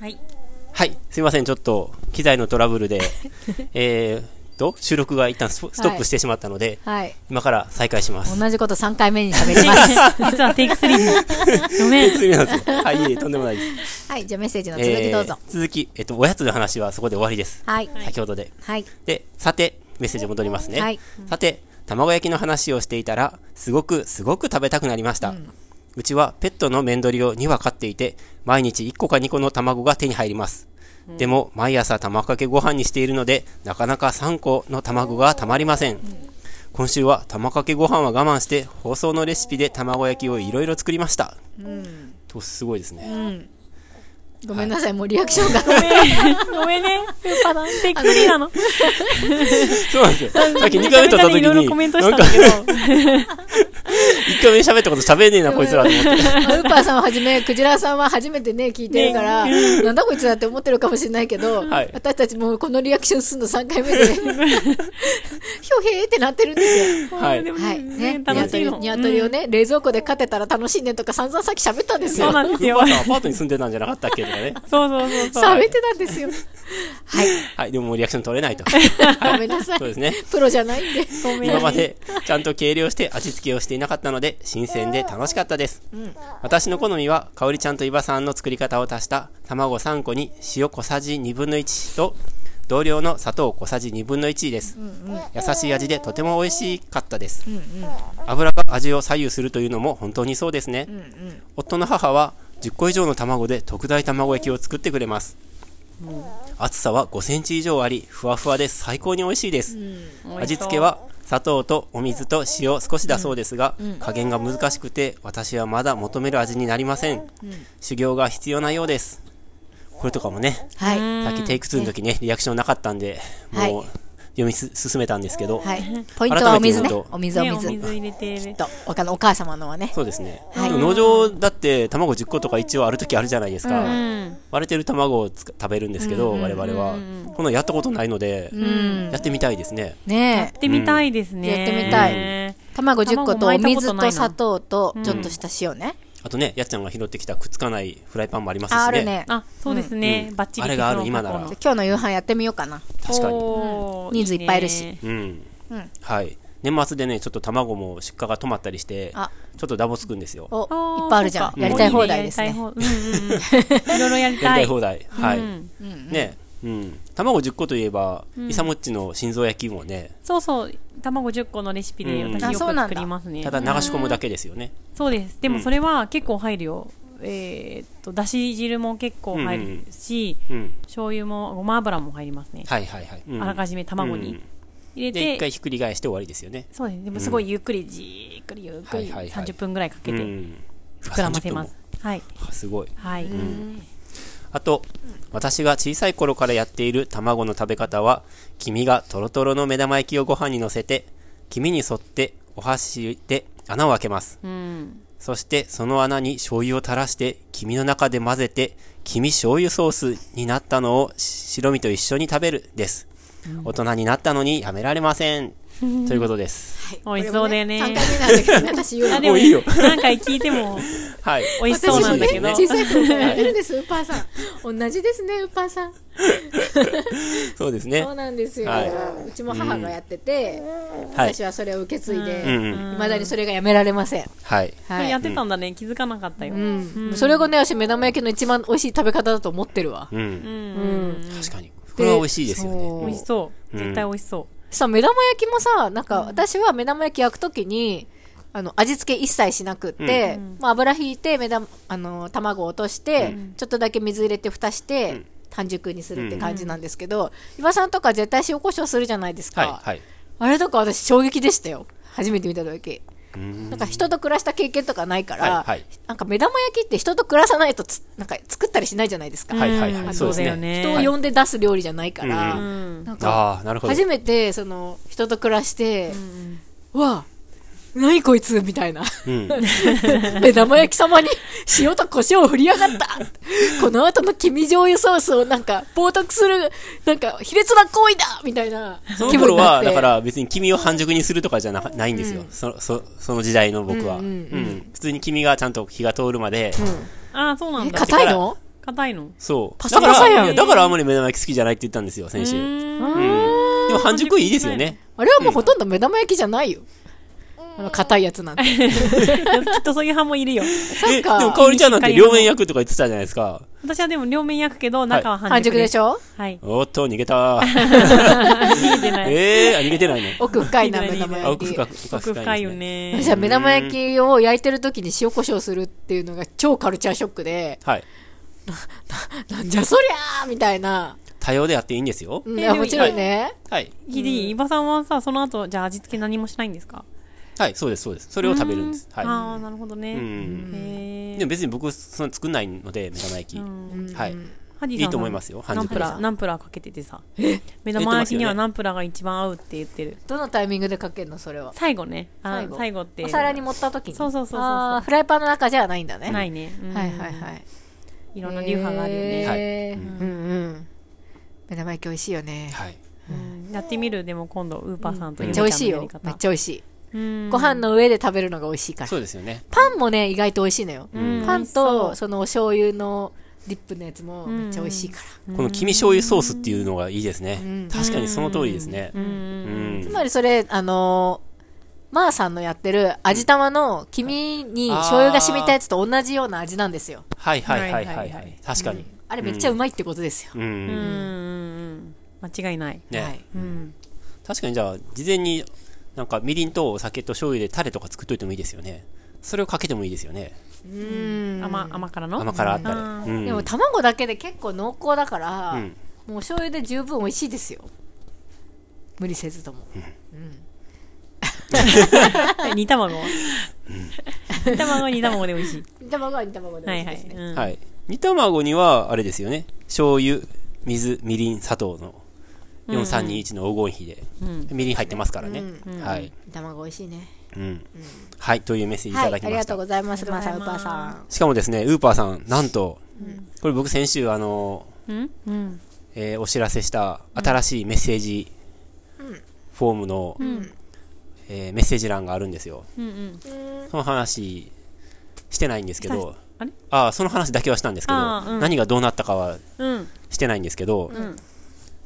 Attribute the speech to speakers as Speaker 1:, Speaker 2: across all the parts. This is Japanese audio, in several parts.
Speaker 1: はい。
Speaker 2: はい、すいません、ちょっと機材のトラブ ルで、えーと、収録が一旦ストストップしてしまったので、
Speaker 3: はい。
Speaker 2: 今から再開します。
Speaker 3: 同じこと3回目に喋ります。
Speaker 1: 実はテイク3です。ごめん。
Speaker 2: すみません。はい、いえいえとんでもないです。
Speaker 3: はい。じゃあメッセージの続きどうぞ。
Speaker 2: えー続き、えっと、おやつの話はそこで終わりです。
Speaker 3: はい。
Speaker 2: 先ほどで。
Speaker 3: はい。
Speaker 2: で、さて、メッセージ戻りますね。
Speaker 3: はい
Speaker 2: さて、卵焼きの話をしていたら、すごくすごく食べたくなりました。うちはペットのメンドリを2羽飼っていて、毎日1個か2個の卵が手に入ります。でも、毎朝卵かけご飯にしているので、なかなか3個の卵がたまりません。今週は卵かけご飯は我慢して、放送のレシピで卵焼きをいろいろ作りました。と、すごいですね。
Speaker 3: ごめんなさい。もうリアクションが。
Speaker 1: ごめんね。スーパーだ。テイク3なの。
Speaker 2: そうなんですよ。さっき2
Speaker 1: みん
Speaker 2: 回目撮った
Speaker 1: なでい
Speaker 2: 時に、
Speaker 1: ろいろコメントした
Speaker 2: なんんか
Speaker 1: だけど。
Speaker 2: 1回目喋ったこと喋んねえな、こいつらと思って。
Speaker 3: まあウーパーさんはじめ、クジラさんは初めてね、聞いてるから、なんだこいつだって思ってるかもしれないけど、
Speaker 2: はい
Speaker 3: 私たちもうこのリアクションするの3回目で、 ひょへーってなってるんですよ。
Speaker 2: はい
Speaker 1: でも
Speaker 3: はい。ね、
Speaker 1: ね、楽しいの。
Speaker 3: ニワトリをね、冷蔵庫で飼てたら楽しいねとか散々さっき喋ったんです
Speaker 1: そう
Speaker 3: よ。
Speaker 1: なんですよ
Speaker 2: クーパーさんアパートに住んでたんじゃなかったっけとかね。
Speaker 1: うんそうそうそうそう。
Speaker 3: 喋ってたんですよ。はい。
Speaker 2: はい、でももうリアクション取れ ないと。
Speaker 3: ごめんなさい。
Speaker 2: そうですね。
Speaker 3: プロじゃないんで。
Speaker 1: ごめん
Speaker 2: 今までちゃんと計量して味付けをしていなかったので、新鮮で楽しかったです。私の好みは、かおりちゃんと伊庭さんの作り方を足した卵3個に塩小さじ1分の1と、同量の砂糖小さじ1分の1です。優しい味でとても美味しかったです。油が味を左右するというのも本当にそうですね。夫の母は10個以上の卵で特大卵焼きを作ってくれます。厚さは5センチ以上あり、ふわふわで最高に美味しいです。味付けは砂糖とお水と塩少しだそうですが、加減が難しくて私はまだ求める味になりません、修行が必要なようですこれとかもね
Speaker 3: はい。
Speaker 2: さっきテイク2の時ねリアクションなかったんでもう
Speaker 3: は
Speaker 2: 読みす進めたんですけど、
Speaker 3: はい。ポイントはお水
Speaker 2: 改めて言う
Speaker 3: ね
Speaker 2: と。
Speaker 3: お水、お
Speaker 1: ねお
Speaker 3: 水。
Speaker 1: 水入れてる。
Speaker 3: と、おかのお母様のはね。
Speaker 2: そうですね、
Speaker 3: はい
Speaker 2: でも農場だって卵10個とか一応ある時あるじゃないですか、
Speaker 1: うん。
Speaker 2: 割れてる卵をつか食べるんですけど、我々は、こんなのやったことないので、
Speaker 3: うん。
Speaker 2: やってみたいですね
Speaker 3: ね
Speaker 1: や
Speaker 3: え
Speaker 1: っ。てみたいですね。
Speaker 3: やってみたい
Speaker 1: ね
Speaker 3: 卵10個とお
Speaker 1: 卵巻いたことない
Speaker 3: 水
Speaker 1: な
Speaker 3: と砂糖とちょっとした塩ね。
Speaker 2: あとねやっちゃんが拾ってきたくっつかないフライパンもありますしね
Speaker 3: ああるね。
Speaker 1: あ、そうですね。バッチリ。
Speaker 2: あれがある今なら
Speaker 1: この
Speaker 3: 今日の夕飯やってみようかな。
Speaker 2: 確かに
Speaker 1: おー
Speaker 3: 人数いっぱいいるし
Speaker 1: ね
Speaker 2: うん、
Speaker 3: うん
Speaker 2: はい年末でねちょっと卵も出荷が止まったりして
Speaker 3: あ
Speaker 2: ちょっとダボつくんですよ
Speaker 3: お、
Speaker 1: ー
Speaker 3: いっぱいあるじゃ
Speaker 1: そ
Speaker 3: ん。
Speaker 1: うか
Speaker 3: やりたい放題です
Speaker 1: やりたい
Speaker 3: ね。
Speaker 1: 放うんうんうんいろいろやり
Speaker 2: やり
Speaker 1: た
Speaker 2: た
Speaker 1: い。
Speaker 2: い放題はい、
Speaker 1: うん
Speaker 2: ねうん卵10個といえば、イサモッチの心臓焼きもね
Speaker 1: そうそう。卵10個のレシピで
Speaker 2: うん
Speaker 1: 私よ
Speaker 3: あ
Speaker 1: く
Speaker 3: そうなんだ
Speaker 1: 作りますね。
Speaker 2: ただ流し込むだけですよね、
Speaker 1: そうです。で
Speaker 2: う
Speaker 1: も
Speaker 2: ん
Speaker 1: それは結構入るよ。えーっと、だし汁も結構入るし、
Speaker 2: うん
Speaker 1: 醤油もごま油も入りますね。
Speaker 2: はいはいはい、うん
Speaker 1: あらかじめ卵
Speaker 2: う
Speaker 1: に
Speaker 2: ん
Speaker 1: 入れ
Speaker 2: で一
Speaker 1: て
Speaker 2: 回、ひっくり返して終わりですよね
Speaker 1: そうです。でもすごいゆっくりじーっくりゆっくり
Speaker 2: はいはいはい
Speaker 1: 30分ぐらいかけ
Speaker 2: う
Speaker 1: て
Speaker 2: ん
Speaker 1: 膨らませます。はい。
Speaker 2: あ30分もあすごい
Speaker 1: はい。
Speaker 2: あと私が小さい頃からやっている卵の食べ方は黄身がトロトロの目玉焼きをご飯にのせて黄身に沿ってお箸で穴を開けます
Speaker 1: うん。
Speaker 2: そしてその穴に醤油を垂らして黄身の中で混ぜて黄身醤油ソースになったのを白身と一緒に食べるです、大人になったのにやめられませんということです
Speaker 1: 美味しそうだよね。
Speaker 3: 3回目なんだけどね、私言う
Speaker 1: あ、
Speaker 3: の。
Speaker 1: でも、
Speaker 2: もういいよ
Speaker 1: 何回聞いて も
Speaker 2: はい
Speaker 1: 美味しそうなんだけど。
Speaker 3: 私もね小さい頃からやってるんです、ウーパーさん。同じですね、ウーパーさん。
Speaker 2: そうですね
Speaker 3: そうなんですよ。
Speaker 2: は
Speaker 3: うちも母がやってて、
Speaker 2: はい
Speaker 3: 私はそれを受け継いで、
Speaker 2: う
Speaker 3: い
Speaker 2: んうん
Speaker 3: まだにそれがやめられません。
Speaker 2: はい
Speaker 1: これ
Speaker 3: は
Speaker 1: や
Speaker 3: い
Speaker 1: っ。てたんだね。気づかなかったよ。
Speaker 3: うんそれがね、私、目玉焼きの一番美味しい食べ方だと思ってるわ。
Speaker 2: うん、
Speaker 3: うん。
Speaker 2: 確かにこれは美味しいですよ
Speaker 3: そう
Speaker 2: ね
Speaker 1: 美味しそう。絶対美味しそ
Speaker 3: さ、目玉焼きもさ、なんか、私は目玉焼き焼くときに、あの、味付け一切しなくって、まあ、油引いて、目玉、あの、卵を落として、ちょっとだけ水入れて蓋して、半熟にするって感じなんですけど、岩さんとか絶対塩コショウするじゃないですか。
Speaker 2: はいはい
Speaker 3: あれとか私衝撃でしたよ。初めて見た時。
Speaker 2: うん
Speaker 3: なんか人と暮らした経験とかないから、
Speaker 2: はいはい
Speaker 3: なんか目玉焼きって人と暮らさないとつ、なんか作ったりしないじゃないですか。
Speaker 1: う。
Speaker 2: はいはい
Speaker 1: うん
Speaker 2: はい
Speaker 1: そ
Speaker 2: そ
Speaker 1: だ
Speaker 2: ううで
Speaker 1: よ
Speaker 2: す
Speaker 1: ね。
Speaker 2: ね
Speaker 3: 人を呼んで出す料理じゃないから、
Speaker 2: うん
Speaker 1: うん。
Speaker 3: なんか、
Speaker 2: ああなるほど
Speaker 3: 初めて、その、人と暮らして、うわあ、何こいつみたいな。
Speaker 2: うん
Speaker 3: 目玉焼き様に塩と胡椒を振りやがったこの後の黄身醤油ソースをなんか、冒涜する、なんか、卑劣な行為だみたいな
Speaker 2: そ
Speaker 3: 気
Speaker 2: の
Speaker 3: 分
Speaker 2: 頃
Speaker 3: になっ
Speaker 2: は、
Speaker 3: て。
Speaker 2: だから別に君を半熟にするとかじゃなないんですよ。そそその時代の僕は、
Speaker 3: う
Speaker 2: うんん
Speaker 3: うんうん
Speaker 2: 普通に君がちゃんと火が通るまで、
Speaker 3: うん
Speaker 1: ああ、そうなん
Speaker 3: え
Speaker 1: だ。
Speaker 3: 硬いの
Speaker 1: 硬いの
Speaker 2: そう。
Speaker 3: パ
Speaker 2: だ
Speaker 3: サ
Speaker 2: から
Speaker 3: パサやん
Speaker 2: いや、だからあんまり目玉焼き好きじゃないって言ったんですよ、先週。うん。でも半熟いいですよね。
Speaker 3: あれはもうほとんど目玉焼きじゃないよ。あの、硬いやつなんて。
Speaker 1: きっとそういう派もいるよ。
Speaker 3: そ
Speaker 2: え、
Speaker 3: っ
Speaker 2: でも
Speaker 3: か。
Speaker 2: かおりちゃんなんて両面焼くとか言ってたじゃないですか。
Speaker 1: 私はでも両面焼くけど、中は半
Speaker 3: 半
Speaker 1: 熟
Speaker 3: 熟でし
Speaker 1: ょ
Speaker 3: ょ
Speaker 1: はい。
Speaker 2: おっと、逃げた。
Speaker 1: 逃げてない。
Speaker 2: えー、あ、逃げてないね。
Speaker 3: 奥深 いな、
Speaker 1: いいね
Speaker 3: 目玉
Speaker 1: いいね
Speaker 2: あ、
Speaker 3: 焼
Speaker 2: 奥
Speaker 3: き。
Speaker 2: 深く、奥
Speaker 1: 奥深いよ
Speaker 2: です。
Speaker 1: ね。
Speaker 3: 私は目玉焼きを焼いてる時に塩コショウするっていうのが超カルチャーショッ クで、
Speaker 2: はい。
Speaker 3: なんじゃそりゃーみたいな。
Speaker 2: 多様であっていいんですよ。
Speaker 3: うん、い
Speaker 1: え
Speaker 3: や
Speaker 1: でも
Speaker 3: もちろんね。
Speaker 2: はい。
Speaker 1: ギリ、伊庭さんはさ、その後、じゃあ味付け何もしないんですか
Speaker 2: はい、そうです、そうです。それを食べるんです。はい。
Speaker 1: ああ、なるほどね。
Speaker 2: うん
Speaker 1: へ
Speaker 2: で
Speaker 1: え。
Speaker 2: も別に僕、そんな作んないので、目玉焼き。
Speaker 1: ん
Speaker 2: はい。
Speaker 1: ハディ
Speaker 2: いいと思いますよ
Speaker 1: ナンプ
Speaker 2: 半熟で
Speaker 1: ラ
Speaker 2: す
Speaker 1: ー、ナンプラーかけててさ。目玉焼きにはナンプラーが一番合うって言ってる。
Speaker 3: どのタイミングでかけるのそれは。
Speaker 1: 最後ね。あ
Speaker 3: 最後
Speaker 1: 最後って。
Speaker 3: お皿に盛った時に。
Speaker 1: そうそうそうそうそう
Speaker 3: あーフライパンの中じゃないんだね。。
Speaker 1: ないいね。うん
Speaker 3: はいはいはい。
Speaker 1: いろんな流派があるよね。
Speaker 3: へーうんうん。目玉焼き美味しいよね。
Speaker 2: はい。
Speaker 1: うんやってみる、でも今度、ウーパーさんと
Speaker 3: め
Speaker 1: ゆめ
Speaker 3: っち
Speaker 1: ち
Speaker 3: ゃ
Speaker 1: ゃんの
Speaker 3: 美味し
Speaker 1: や
Speaker 3: い
Speaker 1: り
Speaker 3: よ。め
Speaker 1: 方
Speaker 3: っ。ちゃ美味しい。
Speaker 1: うん
Speaker 3: ご飯の上で食べるのが美味しいから。
Speaker 2: そうですよね。
Speaker 3: パンもね、意外と美味しいのよ。
Speaker 1: ん
Speaker 3: パン
Speaker 1: 美味しそ
Speaker 3: と、
Speaker 1: う
Speaker 3: そのお醤油のディップのやつもめっちゃ美味しいから。
Speaker 2: この黄身醤油ソースっていうのがいいですね
Speaker 3: ん。
Speaker 2: 確かにその通りですね。
Speaker 1: う。
Speaker 2: うんん
Speaker 3: つ。まりそれ、あのー、まーさんのやってる味玉の黄身に醤油が染みたやつと同じような味なんですよ。
Speaker 2: はいはいはいは
Speaker 1: はいい
Speaker 2: は
Speaker 1: はいい。
Speaker 2: 確かに。
Speaker 3: あれめっちゃうまいってことですよ。
Speaker 2: う
Speaker 1: うん
Speaker 2: ん。
Speaker 1: うん。間違いない。
Speaker 3: は
Speaker 2: ね
Speaker 3: い。
Speaker 1: うん。
Speaker 2: 確かにじゃあ、事前になんかみりんとお酒と醤油でタレとか作っといてもいいですよね。それをかけてもいいですよね。
Speaker 3: うん。
Speaker 1: 甘、甘辛の
Speaker 2: 甘辛タレ。
Speaker 1: うん
Speaker 2: うん
Speaker 3: でも卵だけで結構濃厚だから、
Speaker 2: うん
Speaker 3: もう醤油で十分美味しいですよ。無理せずとも。
Speaker 1: え煮卵煮卵煮卵で美味しい。
Speaker 3: 煮卵は煮卵で美
Speaker 1: は
Speaker 3: 味し
Speaker 1: い
Speaker 3: い
Speaker 1: は
Speaker 3: です
Speaker 1: い
Speaker 3: ね。。
Speaker 1: うん
Speaker 2: はい。煮卵には、あれですよね。醤油、水、みりん、砂糖の4321の黄金比で。みりん入ってますからね。はい。
Speaker 3: 煮卵美味しいね。
Speaker 2: うん。はい。というメッセージいた
Speaker 3: はい、
Speaker 2: だき
Speaker 3: あ
Speaker 2: ま
Speaker 3: り
Speaker 2: し
Speaker 3: が
Speaker 2: た
Speaker 3: とう。ございます、まーさん、うぱーさん。
Speaker 2: しかもですね、ウーパーさん、なんと、これ僕先週、あの、
Speaker 1: うんうん。
Speaker 2: えーお知らせした新しいメッセージフォームの、えーメッセージ欄があるんですよ。
Speaker 1: うんうん。
Speaker 2: その話してないんですけど、
Speaker 1: あれ
Speaker 2: ああ、その話だけはしたんですけど、
Speaker 1: あーうん
Speaker 2: 何がどうなったかは
Speaker 1: うん。
Speaker 2: してないんですけど、
Speaker 1: ん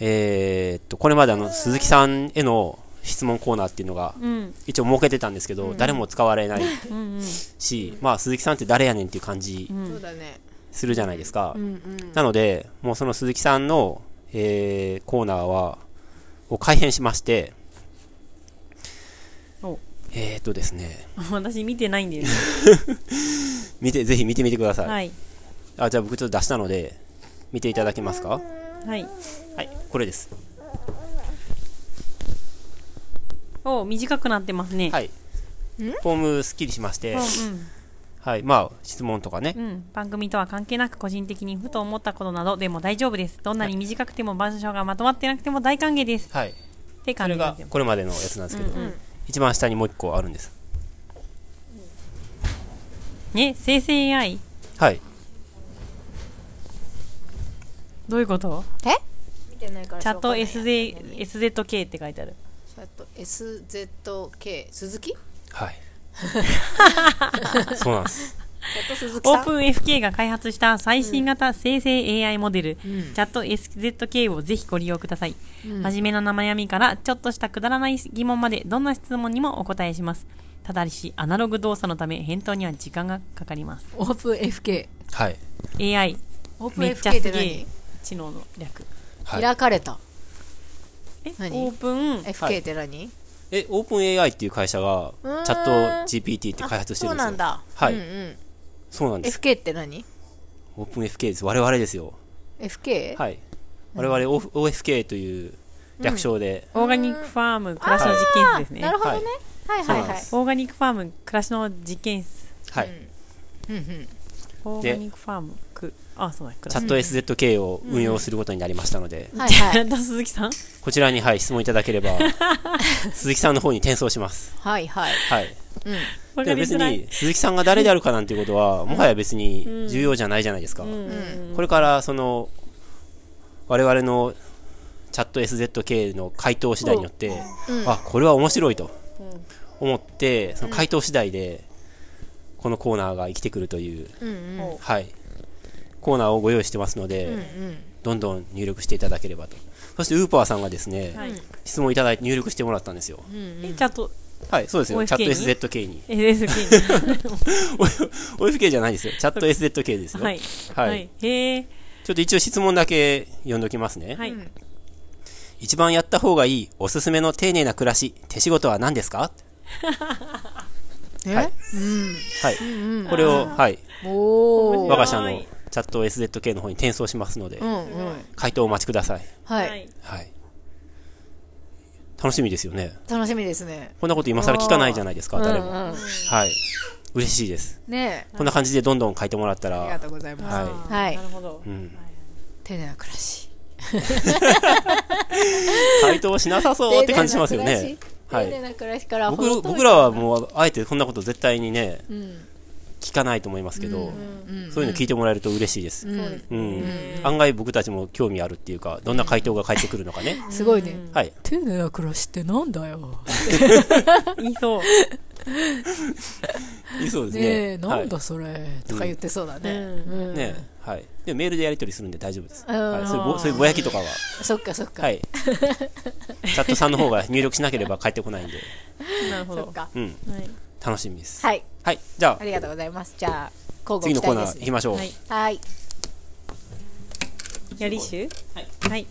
Speaker 2: えーっと、これまであの、鈴木さんへの質問コーナーっていうのが、
Speaker 1: うん。
Speaker 2: 一応設けてたんですけど、誰も使われない
Speaker 1: うんうん。
Speaker 2: し、まあ、鈴木さんって誰やねんっていう感じ
Speaker 3: そうだね。
Speaker 2: するじゃないですか。
Speaker 3: うんうん。
Speaker 2: なので、もうその鈴木さんの、えーコーナーは、を改編しまして、
Speaker 1: お
Speaker 2: えー、っとですね、
Speaker 1: 私見てないんだよね。
Speaker 2: 見て、ぜひ見てみてください。
Speaker 1: はい。
Speaker 2: あ、じゃあ僕ちょっと出したので、見ていただけますか
Speaker 1: はい。
Speaker 2: はい、これです。
Speaker 1: お短くなってますね。
Speaker 2: はい。フォームすっきりしまして、
Speaker 1: う
Speaker 2: はい、まあ、質問とかね
Speaker 1: ん、うん、うん、番組とは関係なく個人的にふと思ったことなどでも大丈夫ですどんなに短くても文章がまとまってなくても大歓迎です
Speaker 2: はい、
Speaker 1: って
Speaker 2: そ
Speaker 1: 感じ
Speaker 2: れ
Speaker 1: にな
Speaker 2: が
Speaker 1: ってます
Speaker 2: これまでのやつなんですけど、
Speaker 1: うんうん
Speaker 2: 一番下にもう一個あるんです。
Speaker 1: ね生成 AI
Speaker 2: はい、
Speaker 1: どういうこと
Speaker 3: え見てないから
Speaker 1: チャット SZ
Speaker 3: チ
Speaker 1: SZK って書いてある
Speaker 3: ャット SZK。鈴木チ
Speaker 2: はい。そうなんです。
Speaker 3: ャット鈴木
Speaker 1: オ
Speaker 3: さ
Speaker 1: ー
Speaker 3: ん。
Speaker 1: プン FK が開発した最新型生成 AI モデル、チャット SZK をぜひご利用ください。真面目な悩みから、ちょっとしたくだらない疑問まで、どんな質問にもお答えします。ただし、アナログ動作のため、返答には時間がかかります。
Speaker 3: オープン FK。
Speaker 2: はい。
Speaker 1: AI、
Speaker 3: オープン
Speaker 1: めっちゃ
Speaker 3: FK っ
Speaker 1: す
Speaker 3: て
Speaker 1: げえ
Speaker 3: 何、
Speaker 1: 知能の略。
Speaker 2: はい、
Speaker 3: 開かれた。
Speaker 1: え、
Speaker 3: 何
Speaker 1: オープン、
Speaker 3: FK って何
Speaker 2: え、オープン AI っていう会社が、チ
Speaker 3: うーん
Speaker 2: ャット GPT って開発してるんですよ。
Speaker 3: そうなんだ。
Speaker 2: はい
Speaker 3: うんうん。
Speaker 2: そうなんです。
Speaker 3: FK って何
Speaker 2: オープン FK です。我々ですよ。
Speaker 3: ?FK?
Speaker 2: はい。我々 O- OFK という略称で、
Speaker 1: オーガニックファーム、暮らしの実験室ですね
Speaker 3: な。るほどね。はいはい
Speaker 2: そうなん
Speaker 3: は
Speaker 2: で
Speaker 3: い。
Speaker 2: す
Speaker 1: オーガニックファーム、暮らしの実験室。
Speaker 2: はい。
Speaker 3: うんうん。
Speaker 1: オーガニックファーム、く、あ、そうだ、暮
Speaker 2: チャ
Speaker 1: らし
Speaker 2: ット SZK を運用することになりましたので、
Speaker 3: はいは
Speaker 1: ちゃ
Speaker 3: い。
Speaker 1: んと鈴木さん
Speaker 2: こちらに、はい、質問いただけれ ば、鈴木さんの方に転送します。
Speaker 3: はい はい。
Speaker 2: はい。
Speaker 1: わか
Speaker 2: で
Speaker 1: り
Speaker 2: も別
Speaker 1: づらい
Speaker 2: に、鈴木さんが誰であるかなんていうことは、もはや別に重要じゃないじゃないですか。これから、その、我々のチャット SZK の回答次第によって、あ、これは面白いと思って、その回答次第で、このコーナーが生きてくるという、
Speaker 3: うんうん。
Speaker 2: はい。コーナーをご用意してますので、どんどん入力していただければと。そしてウーパーさんがですね、
Speaker 1: はい
Speaker 2: 質問いただいて入力してもらったんですよ。
Speaker 1: えチャット
Speaker 2: はい、そうですよ。チャ
Speaker 1: OFK
Speaker 2: ット
Speaker 1: に
Speaker 2: SZK に。
Speaker 1: SSK
Speaker 2: OFK じゃないですよ。チャット SZK です
Speaker 1: に
Speaker 2: よ。
Speaker 1: はい
Speaker 2: はい
Speaker 1: へえ
Speaker 2: ちょっと一応質問だけ読んどきますね。
Speaker 1: はい
Speaker 2: 一番やった方がいいおすすめの丁寧な暮らし、手仕事は何ですか
Speaker 3: え、
Speaker 2: はい
Speaker 3: うん。
Speaker 2: はい。これを、はい。
Speaker 3: お
Speaker 2: 我
Speaker 3: ー。
Speaker 2: が社
Speaker 1: は
Speaker 2: の
Speaker 1: い
Speaker 2: チャット SZK の方に転送しますので
Speaker 3: う、んうん。
Speaker 2: 回答をお待ちください。
Speaker 3: は。
Speaker 1: はいい
Speaker 2: はい。楽しみですよね。
Speaker 3: 楽しみですね。
Speaker 2: こんなこと今更聞かないじゃないですか、誰
Speaker 3: う
Speaker 2: も。
Speaker 3: んうん
Speaker 2: はい。嬉しいです。
Speaker 3: ねえ。
Speaker 2: こんな感じでどんどん書いてもらった
Speaker 4: ありが
Speaker 2: ら、
Speaker 4: とうございます。
Speaker 2: は
Speaker 3: はい
Speaker 1: なるほど
Speaker 2: い。うん。
Speaker 3: 丁寧な暮らし。
Speaker 2: 回答しなさそうって感じしますよね。は
Speaker 3: 丁寧
Speaker 2: い。
Speaker 3: な暮らしから程遠
Speaker 2: 僕
Speaker 3: い
Speaker 2: 僕らはもう、あえてこんなこと絶対にね、
Speaker 3: うん
Speaker 2: 聞かないと思いますけど、
Speaker 3: うん
Speaker 2: そういうの聞いてもらえると嬉しいです。
Speaker 1: そうです
Speaker 2: う
Speaker 1: ね
Speaker 2: ん。案外僕たちも興味あるっていうか、どんな回答が返ってくるのかね。
Speaker 3: すごいね。
Speaker 2: はい。
Speaker 4: 丁寧な暮らしってなんだよ。
Speaker 1: 言いそう
Speaker 2: いいそうですね。
Speaker 4: ねえ、なん
Speaker 2: は
Speaker 4: だそれ。
Speaker 3: とか言ってそうだね。
Speaker 1: うん
Speaker 2: い、ねえはい。でもメールでやり取りするんで大丈夫です。
Speaker 3: うん
Speaker 2: はい、そういうぼそういうぼやきとかは、
Speaker 3: そっかそっか。
Speaker 2: はい。チャットさんの方が入力しなければ返ってこないんで、
Speaker 1: なるほ
Speaker 3: そっ
Speaker 1: ど
Speaker 3: か。
Speaker 2: うん。
Speaker 1: はい
Speaker 2: 楽しみです。
Speaker 3: はい。
Speaker 2: はい。じゃ
Speaker 3: ありがとうございます。じゃあ、
Speaker 2: あ、
Speaker 3: 交互
Speaker 2: 次
Speaker 3: 期
Speaker 2: のコー
Speaker 3: 待
Speaker 2: ナー
Speaker 3: です
Speaker 2: 行
Speaker 3: ね
Speaker 2: き。ましょう。
Speaker 1: はい
Speaker 3: はい。
Speaker 1: やりしゅ
Speaker 2: はいう
Speaker 1: はい